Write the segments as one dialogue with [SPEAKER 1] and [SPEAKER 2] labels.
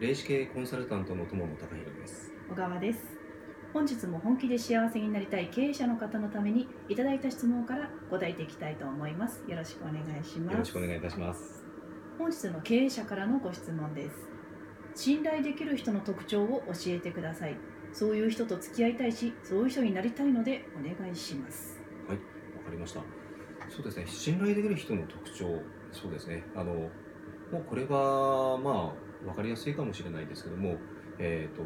[SPEAKER 1] 霊視系コンサルタントの友野孝弘です
[SPEAKER 2] 小川です本日も本気で幸せになりたい経営者の方のためにいただいた質問から答えていきたいと思いますよろしくお願いします
[SPEAKER 1] よろしくお願いいたします
[SPEAKER 2] 本日の経営者からのご質問です信頼できる人の特徴を教えてくださいそういう人と付き合いたいしそういう人になりたいのでお願いします
[SPEAKER 1] わかりましたそうですね信頼できる人の特徴そうですねあのもうこれはまあわかりやすいかもしれないですけどもえっ、と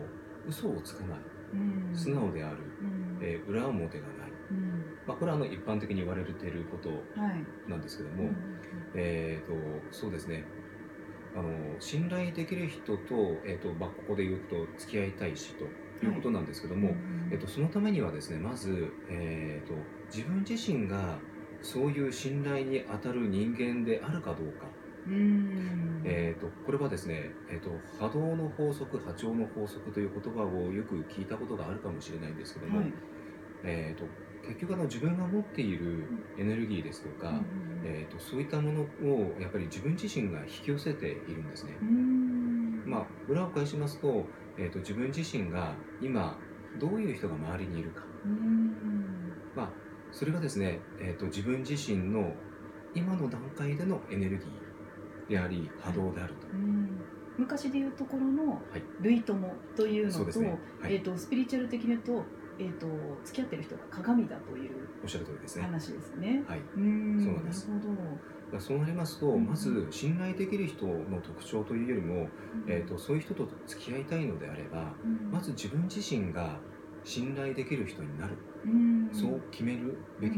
[SPEAKER 1] 嘘をつかない
[SPEAKER 2] うん
[SPEAKER 1] 素直である、
[SPEAKER 2] うん
[SPEAKER 1] えー裏表がない、
[SPEAKER 2] うん
[SPEAKER 1] まあ、これはあの一般的に言われていること
[SPEAKER 2] はい
[SPEAKER 1] なんですけど
[SPEAKER 2] う
[SPEAKER 1] も、
[SPEAKER 2] ん
[SPEAKER 1] えー、とそうですねあの信頼できる人と,、えーとまあ、ここで言うと付き合いたいしということなんですけども、
[SPEAKER 2] うん
[SPEAKER 1] えー、とそのためにはですねまず、えー、と自分自身がそういう信頼に当たる人間であるかどうか、
[SPEAKER 2] うん
[SPEAKER 1] えー、とこれはですね、えー、と波動の法則波長の法則という言葉をよく聞いたことがあるかもしれないんですけども、
[SPEAKER 2] はい
[SPEAKER 1] えー、と結局あの自分が持っているエネルギーですとか、えー、とそういったものをやっぱり自分自身が引き寄せているんですね
[SPEAKER 2] う。ん
[SPEAKER 1] まあ、裏を返しますと,、えー、と自分自身が今どういう人が周りにいるか、
[SPEAKER 2] うん
[SPEAKER 1] まあ、それがですね、えー、と自分自身の今の段階でのエネルギーであり波動であると、
[SPEAKER 2] うん昔でいうところの
[SPEAKER 1] はい
[SPEAKER 2] 類友というの
[SPEAKER 1] そうで
[SPEAKER 2] と,、
[SPEAKER 1] すね、は
[SPEAKER 2] え
[SPEAKER 1] い
[SPEAKER 2] ー、とスピリチュアル的に言うと,、えー、と付き合ってる人が鏡だという
[SPEAKER 1] おっしゃる通りですね。
[SPEAKER 2] 話ですね。
[SPEAKER 1] はい、だか
[SPEAKER 2] うーん
[SPEAKER 1] そうなんです
[SPEAKER 2] なるほど、
[SPEAKER 1] らそうなりますと、
[SPEAKER 2] うん
[SPEAKER 1] まず信頼できる人の特徴というよりも、えー、とそういう人と付き合いたいのであれば
[SPEAKER 2] うん
[SPEAKER 1] まず自分自身が信頼できる人になる
[SPEAKER 2] うん
[SPEAKER 1] そう決めるべき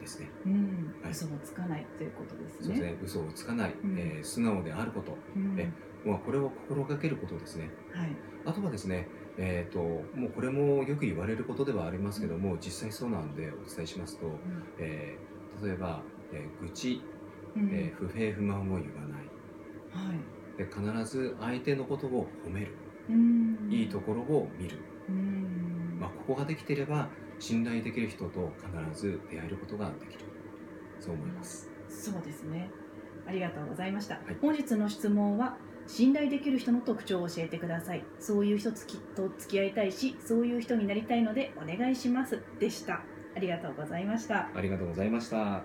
[SPEAKER 1] ですね。
[SPEAKER 2] うん
[SPEAKER 1] はい
[SPEAKER 2] 嘘もつかないということですね。
[SPEAKER 1] そうですね。嘘をつかない、
[SPEAKER 2] うん
[SPEAKER 1] えー素直であること、
[SPEAKER 2] うん
[SPEAKER 1] えまあこれを心がけることですね。
[SPEAKER 2] はい
[SPEAKER 1] あとはですね、えっ、ともうこれもよく言われることではありますけども、実際そうなんでお伝えしますと、えー例えば、えー愚痴、
[SPEAKER 2] うん
[SPEAKER 1] えー不平不満を言わない。
[SPEAKER 2] はい
[SPEAKER 1] で必ず相手のことを褒める、
[SPEAKER 2] うん
[SPEAKER 1] いいところを見る。
[SPEAKER 2] うん
[SPEAKER 1] まあここができていれば信頼できる人と必ず出会えることができる。そう思います。
[SPEAKER 2] そうですね。ありがとうございました。
[SPEAKER 1] い
[SPEAKER 2] 本日の質問は信頼できる人の特徴を教えてください。そういう人つきと付き合いたいし、そういう人になりたいのでお願いしますでした。ありがとうございました。
[SPEAKER 1] ありがとうございました。